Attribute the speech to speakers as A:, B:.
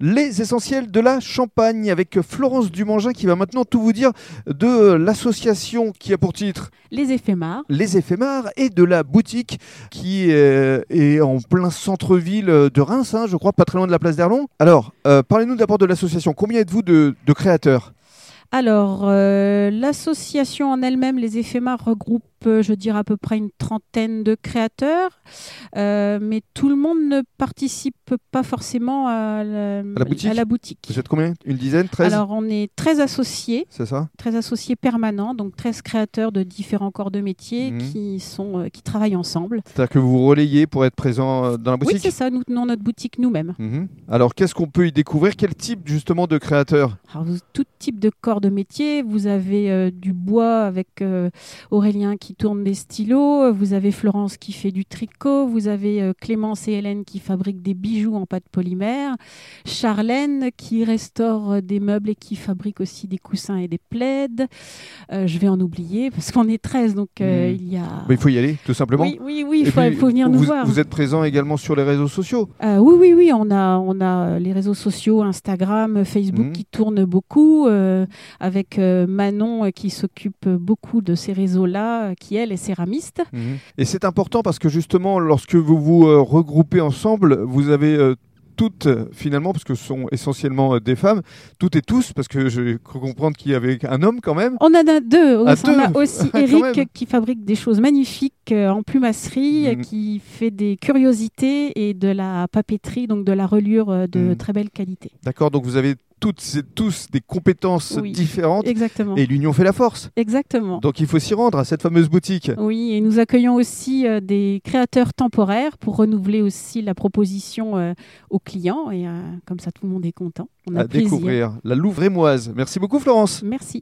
A: Les essentiels de la Champagne avec Florence Dumangin qui va maintenant tout vous dire de l'association qui a pour titre
B: Les éphémères.
A: Les Éphémères et de la boutique qui euh, est en plein centre-ville de Reims, hein, je crois, pas très loin de la place d'Erlon. Alors, euh, parlez-nous d'abord de l'association. Combien êtes-vous de, de créateurs
B: Alors, euh, l'association en elle-même, Les éphémères, regroupe, euh, je dirais, à peu près une trentaine de créateurs, Euh, mais tout le monde ne participe pas forcément à la,
A: la boutique
B: boutique.
A: Vous êtes combien Une dizaine 13
B: Alors, on est très associés.
A: C'est ça
B: très associés permanents, donc 13 créateurs de différents corps de métier
A: Mhm.
B: qui, sont, euh, qui travaillent ensemble.
A: C'est-à-dire que vous vous relayez pour être présent euh, dans la
B: Oui,
A: boutique
B: c'est ça, nous tenons notre boutique nous-mêmes.
A: Mhm. Alors, qu'est-ce qu'on peut y découvrir Quel type justement de créateurs
B: Alors, vous- tout type de corps de métier, vous avez euh, du bois avec euh, Aurélien qui tourne des stylos, euh, vous avez Florence qui fait du tricot, vous avez euh, Clémence et Hélène qui fabriquent des bijoux en pâte polymère, Charlène qui restaure euh, des meubles et qui fabrique aussi des coussins et des plaides. Euh, je vais en oublier parce qu'on est 13, donc euh,
A: Mhm.
B: il y a...
A: Mais Il faut y aller, tout simplement.
B: Oui, oui, oui, il
A: Et
B: faut,
A: puis,
B: faut venir nous
A: vous,
B: voir.
A: Vous êtes présent également sur les réseaux sociaux.
B: Euh, oui, oui, oui, on a, on a euh, les réseaux sociaux, Instagram, euh, Facebook
A: Mhm.
B: qui tournent beaucoup, euh, avec euh, Manon euh, qui s'occupe beaucoup de ces réseaux-là, euh, qui elle est céramiste.
A: Et c'est important parce que justement, lorsque vous vous euh, regroupez ensemble, vous avez euh, toutes, euh, finalement, parce que ce sont essentiellement euh, des femmes, toutes et tous, parce que je crois comprendre qu'il y avait un homme quand même.
B: On en a deux, on,
A: Ah,
B: on a
A: deux
B: aussi
A: Quand même.
B: Eric qui fabrique des choses magnifiques euh, en plumasserie, euh,
A: Mhm.
B: qui fait des curiosités et de la papeterie, donc de la reliure euh, de
A: Mhm.
B: très belle qualité.
A: D'accord, donc vous avez toutes et tous des compétences
B: Oui.
A: différentes
B: Exactement.
A: et l'union fait la force.
B: Exactement.
A: Donc il faut s'y rendre à cette fameuse boutique.
B: Oui, et nous accueillons aussi euh, des créateurs temporaires pour renouveler aussi la proposition euh, aux clients. Et euh, comme ça, tout le monde est content. On a
A: à
B: plaisir.
A: découvrir la Louvre-Émoise. Merci beaucoup Florence.
B: Merci.